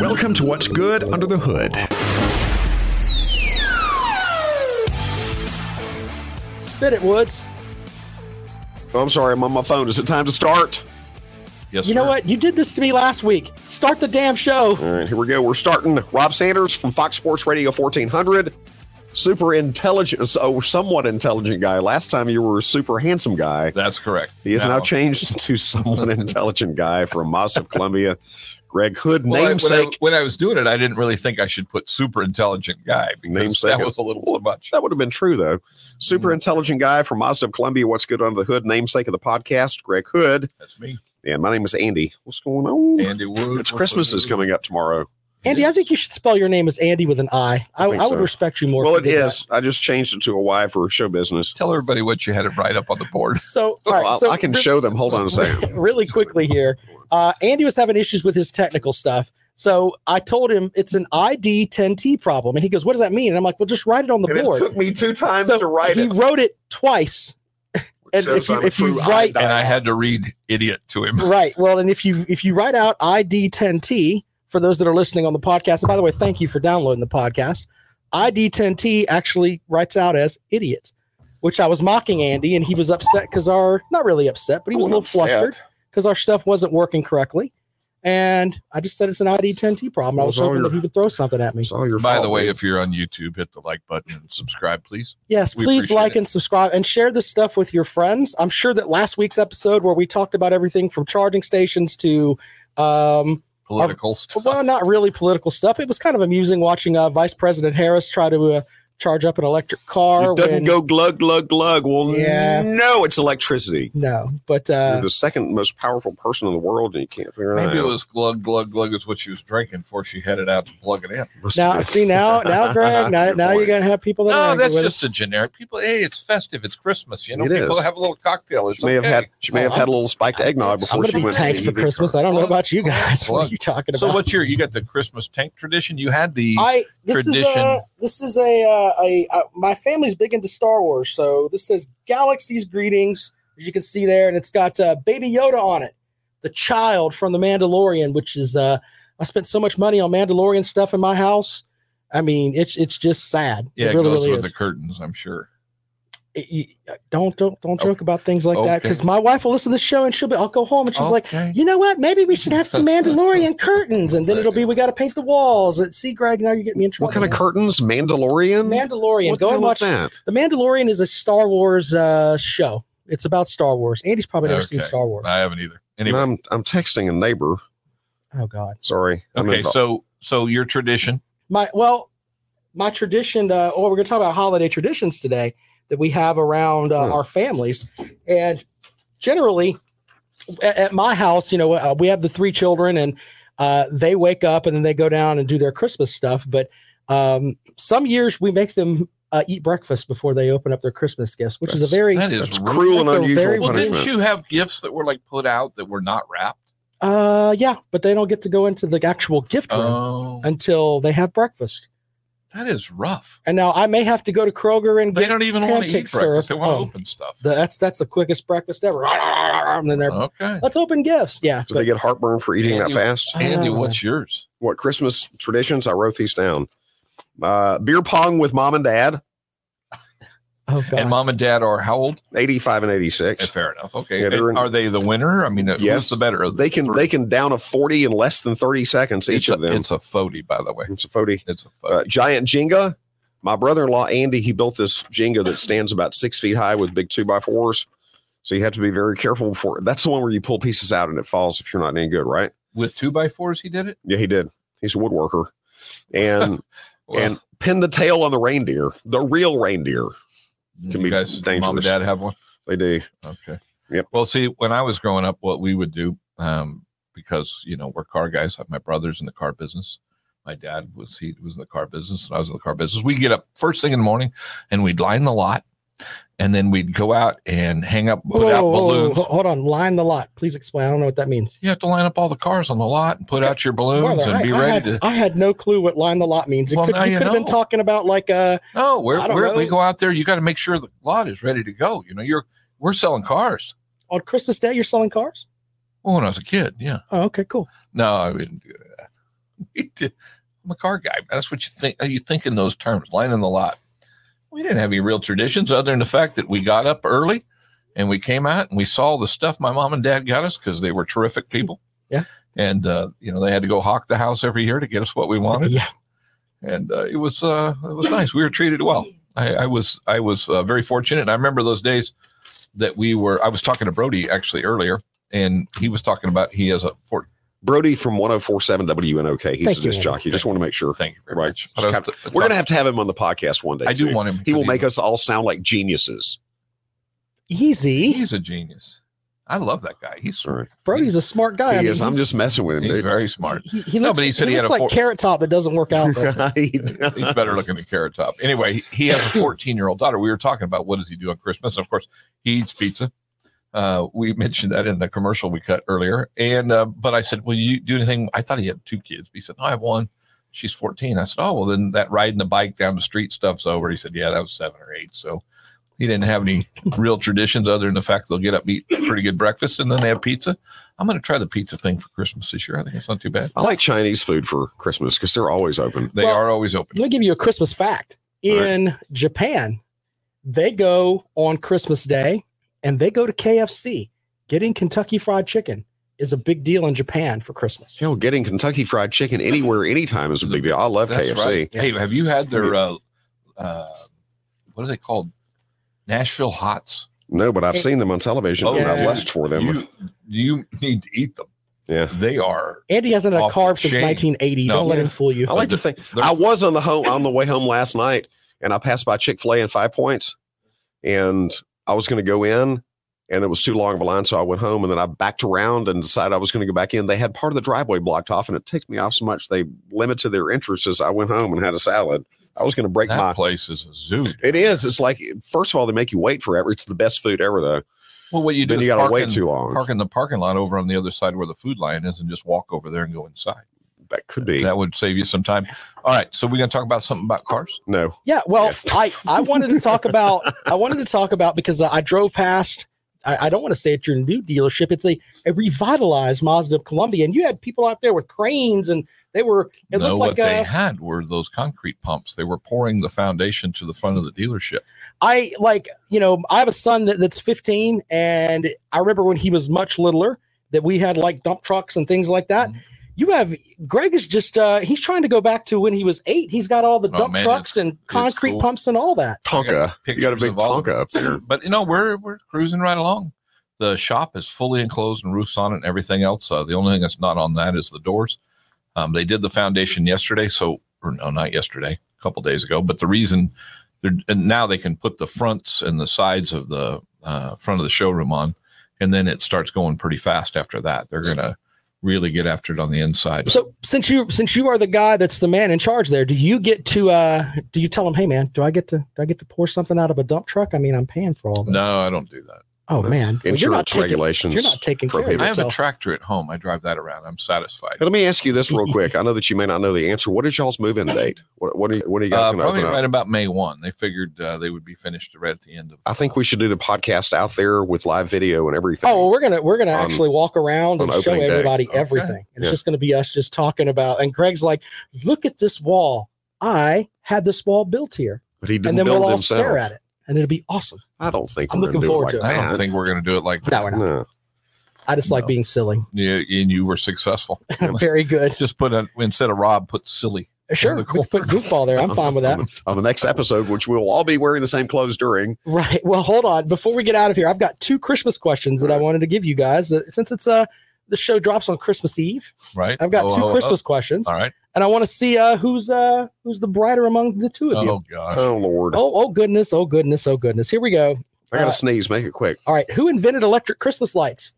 Welcome to What's Good Under the Hood. Spit it, Woods. Oh, I'm sorry, I'm on my phone. Is it time to start? Yes, You know sir. what? You did this to me last week. Start the damn show. All right, here we go. We're starting. Rob Sanders from Fox Sports Radio 1400. Super intelligent, oh, somewhat intelligent guy. Last time you were a super handsome guy. That's correct. He is now, Now- changed to somewhat intelligent guy from Mazda of Columbia. Greg Hood, Well, I- when I- namesake. when, I, was doing it, I didn't really think I should put super intelligent guy because Namesake. that was a little too much. That would have been true, though. Super Mm-hmm. intelligent guy from Mazda of Columbia. What's good under the hood? Namesake of the podcast, Greg Hood. That's me, And my name is Andy. What's going on? Andy Wood. It's Christmas is coming up tomorrow. Andy, I think you should spell your name as Andy with an I. I, I, think would so. respect you more. Well, if it you did is. I just changed it to a Y for show business. Tell everybody what you had it right up on the board. that. So, all Well, right, I'll- so I can re- show them. Hold on a second. really quickly here. Uh, Andy was having issues with his technical stuff. So I told him it's an ID 10T problem. And he goes, What does that mean? And I'm like, Well, just write it on the board. me two times so he wrote it twice. and if you- if you write- And I had to read idiot to him. right. Well, and if you if you write out ID 10T for those that are listening on the podcast, and by the way, thank you for downloading the podcast. ID 10T actually writes out as idiot, which I was mocking Andy, and he was upset because our not really upset, but he was a little flustered because our stuff wasn't working correctly. And I just said it's an ID 10T problem. I Well, was it's all hoping your- that he would throw something at me. It's all your By fault, the way, dude. if you're on YouTube, hit the like button and subscribe, please. Yes, We please appreciate like it. and subscribe and share this stuff with your friends. I'm sure that last week's episode where we talked about everything from charging stations to um, Oh, Political stuff. well, not really political stuff. It was kind of amusing watching uh, Vice President Harris try to uh, charge up an electric car. it doesn't when- go glug glug glug. Well, Yeah. no, it's electricity. No, but You're uh, the second most powerful person in the world, and you can't figure it Maybe it out. was glug glug glug is what she was drinking before she headed out to plug it in. Must now be- see now now Greg now, Good now you're point. gonna have people that. are No, angry that's with just us. a generic people. Hey, it's festive. It's Christmas. You know, It people is. have a little cocktail. It's She may have okay. had she may have had a little spiked eggnog I'm I'm before gonna she be went to the tanked for EV car. Christmas. I don't know Plug, about you guys. What are plug. you talking about? So what's your? You got the Christmas tank tradition. You had the I this is tradition? a this is a, uh, a, uh my family's big into Star Wars, so this says Galaxy's greetings, as you can see there, and it's got uh, Baby Yoda on it, the child from the Mandalorian, which is uh, I spent so much money on Mandalorian stuff in my house. I mean, it's it's just sad. yeah, it really goes really is. with the curtains. I'm sure. It- you- uh, don't don't don't joke about things like that Oh, Okay. Oh. because my wife will listen to the show and she'll be. I'll go home and she's like, Okay. you know what? Maybe we should have some Mandalorian curtains, and then it'll be we got to paint the walls. And see, Greg, now you're getting me in trouble. What kind of now. curtains? Mandalorian. Mandalorian. What the Go hell and is watch. The that? Mandalorian is a Star Wars uh, show. It's about Star Wars. Andy's probably never seen Okay. Star Wars. I haven't either. And Anyway, I'm I'm texting a neighbor. Oh God. Sorry. I'm okay. involved. So so your tradition. My well, my tradition. Uh, oh, we're gonna talk about holiday traditions today that we have around uh, Hmm. our families, and generally at, at my house, you know, uh, we have the three children, and uh, they wake up and then they go down and do their Christmas stuff. But um, some years we make them. Uh, eat breakfast before they open up their Christmas gifts, which is That's- a very That is that's rude. cruel and That's a unusual very- Well, didn't punishment. you have gifts that were like put out that were not wrapped? Uh, yeah, but they don't get to go into the actual gift room Oh, until they have breakfast. that is rough. And now I may have to go to Kroger and They get don't even want pancake to eat syrup. breakfast. They want Oh. to open stuff. the, that's that's the quickest breakfast ever. And then they're Okay. let's open gifts. Yeah, Do they get heartburn for eating that Andy- fast? Andy, Ah. what's yours? What Christmas traditions? I wrote these down. Uh, beer pong with mom and dad, oh god, And mom and dad are how old? 85 and 86. Eh, Fair enough. Okay. Eh, Yeah, they were in- are they the winner? I mean, uh, Yes. who's the better? of the They can three? they can down a 40 in less than 30 seconds it's each a, of them. It's a fody, by the way. It's a 40. It's a Uh, fody. giant Jenga. My brother-in-law Andy, he built this Jenga that stands about six feet high with big two by fours. So you have to be very careful before. That's the one where you pull pieces out and it falls if you're not any good, right? With two by fours, he did it. Yeah, he did. He's a woodworker. And Well, and pin the tail on the reindeer, the real reindeer. you can be guys, mom and dangerous. dad have one. They do. Okay. Yep. Well, see, when I was growing up, what we would do, um, because you know we're car guys. My brother's in the car business. My dad was he was in the car business, and I was in the car business. We'd get up first thing in the morning, and we'd line the lot, and then we'd go out and hang up, put Whoa, out whoa, whoa, whoa, balloons. ho- Hold on, line the lot. Please explain. I don't know what that means. You have to line up all the cars on the lot and put out your balloons Brother, and I, be I ready had, to. I had no clue what line the lot means. It Well, could, now you you could have been know. talking about like uh No, we're, I don't we're we know. go out there. You got to make sure the lot is ready to go. You know, you're we're selling cars. on Christmas Day you're selling cars. Well, when I was a kid, yeah. Oh, okay, cool. No, I wouldn't do that. we did. I'm a car guy. That's what you think. You think in those terms, lining the lot. We didn't have any real traditions other than the fact that we got up early and we came out and we saw the stuff my mom and dad got us because they were terrific people. Yeah. And, uh, you know, they had to go hawk the house every year to get us what we wanted Yeah. and uh, it was uh, it was nice. We were treated well. I, I was I was uh, very fortunate. I remember those days that we were. I was talking to Brody actually earlier, and he was talking about he has a Ford. Brody from 1047 WNOK. Thank you, He's a disc Andy. jockey. Just want to make sure. Thank you very Right. much. Just kind We're going to have to have him on the podcast one day. I do too. want him. He will to make be- us all sound like geniuses. Easy. He's a genius. I love that guy. He's All right. Brody's a smart guy. he Oh, I mean, is. I'm he's- just messing with him, he's dude. very smart. He, he No, looks, but he said he had looks a like four- carrot top that doesn't work out. though. He's better looking than Carrot Top. Anyway, he- he has a 14 year old daughter. We were talking about what does he do on Christmas. Of course, he eats pizza. Uh, we mentioned that in the commercial we cut earlier. And uh, but I said, "Will you do anything?" I thought he had two kids. But he said, "No, I have one. She's 14." I said, "Oh well, then that riding the bike down the street stuff's over." He said, "Yeah, that was seven or eight. So he didn't have any real traditions other than the fact they'll get up, eat a pretty good breakfast, and then they have pizza. I'm going to try the pizza thing for Christmas this year. I think it's not too bad. I like Chinese food for Christmas because they're always open. They Well- are always open. Let me give you a Christmas fact. All right. In Japan, they go on Christmas Day and they go to KFC. Getting Kentucky Fried Chicken is a big deal in Japan for Christmas. Hell, getting Kentucky Fried Chicken anywhere, anytime is a big deal. I love Mm-hmm. That's KFC. right. Hey, have you had their uh, uh, what are they called? Nashville Hots. No, but I've It- seen them on television Oh, and I yeah. lust for them. You you need to eat them. Yeah. They are. Andy hasn't had a Off the carb since chain. 1980. No. Don't let him fool you. I like to think I was on the home on the way home last night, and I passed by Chick Fil A in Five Points, and I was going to go in, and it was too long of a line, so I went home, and then I backed around and decided I was going to go back in. They had part of the driveway blocked off, and it ticked me off so much they limited their entrance as I went home and had a salad. I was going to break that my. place is a zoo. It is. It's like first of all, they make you wait forever. It's the best food ever, though. Well, what you do then is you got to park wait in- too long. park in the parking lot over on the other side where the food line is, and just walk over there and go inside. That could be That would save you some time. All right, so we're gonna talk about something about cars. no. Yeah, well, I I wanted to talk about I wanted to talk about because I, I drove past. I, I don't want to say it's your new dealership. It's a, a revitalized Mazda of Columbia, and you had people out there with cranes, and they were. It no, looked what like they uh, had were those concrete pumps. They were pouring the foundation to the front of the dealership. I like you know I have a son that, that's 15, and I remember when he was much littler that we had like dump trucks and things like that. Mhm. You have Greg is just uh he's trying to go back to when he was eight. He's got all the Oh, dump man, trucks and concrete cool. pumps and all that. Tonka. You got a pictures big of all of Tonka up there. but you know we're we're cruising right along. The shop is fully enclosed and roofs on it and everything else. Uh, the only thing that's not on that is the doors. Um, they did the foundation yesterday, so or no, not yesterday, a couple days ago. But the reason they're and now they can put the fronts and the sides of the uh, front of the showroom on, and then it starts going pretty fast after that. They're gonna really get after it on the inside. So since you since you are the guy that's the man in charge there, do you get to uh do you tell him, hey man, do I get to do I get to pour something out of a dump truck? I mean, I'm paying for all this. no, I don't do that. Oh man, Well, you're not Insurance taking, regulations. You're not taking care of prohibit. I have a yourself. tractor at home. I drive that around. I'm satisfied. Hey, let me ask you this real quick. I know that you may not know the answer. What is y'all's move-in date? What what are, you- when are you guys Uh, going to probably open up? right about May one. They figured uh, they would be finished right at the end of. I think we should do the podcast out there with live video and everything. Oh, well, we're gonna we're gonna On- actually walk around on and show opening day. everybody Okay. everything. And It's Yeah. just gonna be us just talking about. And Greg's like, look at this wall. I had this wall built here, but he and didn't then build we'll all himself. stare at it, and it'll be awesome. I don't think I'm we're gonna looking do forward it to it. like I don't that. think we're going to do it like that. No, we're not. No. I just like No. being silly. Yeah, and you were successful. Very good. Just put a, instead of Rob, put silly. Sure, we the can put goofball there. I'm fine with that. On the next episode, which we'll all be wearing the same clothes during. Right. Well, hold on. Before we get out of here, I've got two Christmas questions that I wanted to give you guys. Uh, Since it's uh the show drops on Christmas Eve, Right? I've got two Oh, two Christmas questions, All right. and I want to see uh who's uh who's the brighter among the two of you. Oh gosh. Oh Lord, Oh, oh goodness, oh goodness, oh goodness. Here we go. I got to uh, sneeze. Make it quick. All right, who invented electric Christmas lights?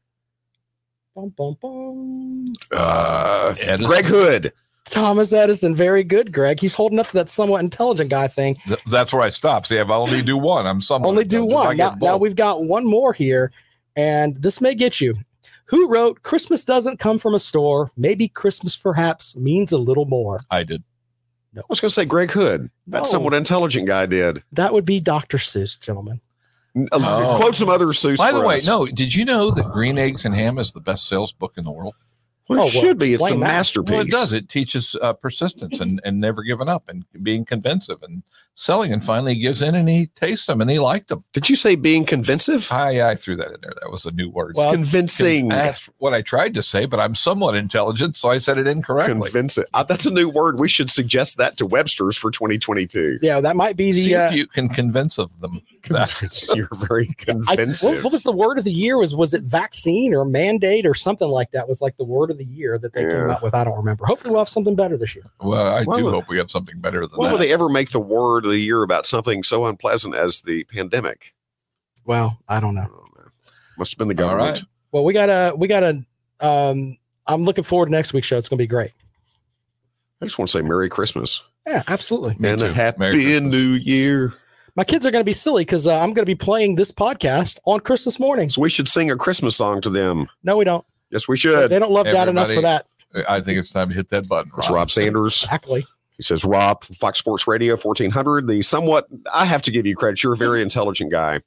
Bum, bum, bum. Uh, Edison, Greg Hood. Thomas Edison, very good, Greg. He's holding up to that somewhat intelligent guy thing. Th- that's where I stop. See, if I only do one, I'm somewhat. Only do intelligent. I one. get Now, now both. we've got one more here, and this may get you. Who wrote Christmas doesn't come from a store? Maybe Christmas perhaps means a little more. I did. I was going to say Greg Hood. That No. somewhat intelligent guy did. That would be Dr. Seuss, gentlemen. N- uh, Oh. Quote some other Seuss. By the for way, us. no. Did you know that Green Eggs and Ham is the best sales book in the world? Well, it Oh, well, should be. It's a explain that. masterpiece. Well, it does. It teaches uh, persistence and, and never giving up and being convincing and selling. And finally, he gives in and he tastes them and he liked them. Did you say being convincing? I, I threw that in there. That was a new word. Well, convincing. That's what I tried to say, but I'm somewhat intelligent, so I said it incorrectly. Convincing. Uh, that's a new word. We should suggest that to Webster's for 2022. Yeah, that might be See the. Uh, if you can convince of them. Convincing. You're very I, convincing. what, what was the word of the year? Was was it vaccine or mandate or something like that? Was like the word of the year that they came Yeah. out with. I don't remember. Hopefully, we'll have something better this year. Well, I Why do would- hope we have something better than Why that. would they ever make the word of the year about something so unpleasant as the pandemic? Well, I don't know. Oh, man. Must have been the All government. right. Well, we got a we got a. Um, I'm looking forward to next week's show. It's going to be great. I just want to say Merry Christmas Yeah, absolutely. Me and too. a Happy Merry Christmas. New Year. My kids are going to be silly because uh, I'm going to be playing this podcast on Christmas morning. So we should sing a Christmas song to them. No, we don't. Yes, we They, should. they don't love dad enough for Everybody- that. I think it's time to hit that button. It's Rob Sanders. Exactly. He says, Rob, Fox Sports Radio 1400, the somewhat, I have to give you credit. You're a very intelligent guy.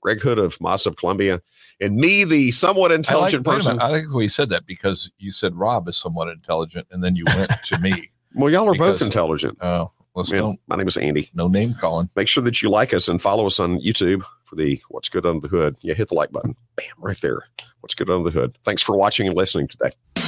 Greg Hood of Mazda of Columbia, and me, the somewhat I like, intelligent wait a person. minute, I like the way you said that because you said Rob is somewhat intelligent, and then you went to me. Well, y'all are Because- both intelligent. Uh, let's And don't my name is Andy. no name calling. Make sure that you like us and follow us on YouTube for the What's Good Under the Hood. Yeah, hit the like button. Bam, right there. What's Good Under the Hood. Thanks for watching and listening today.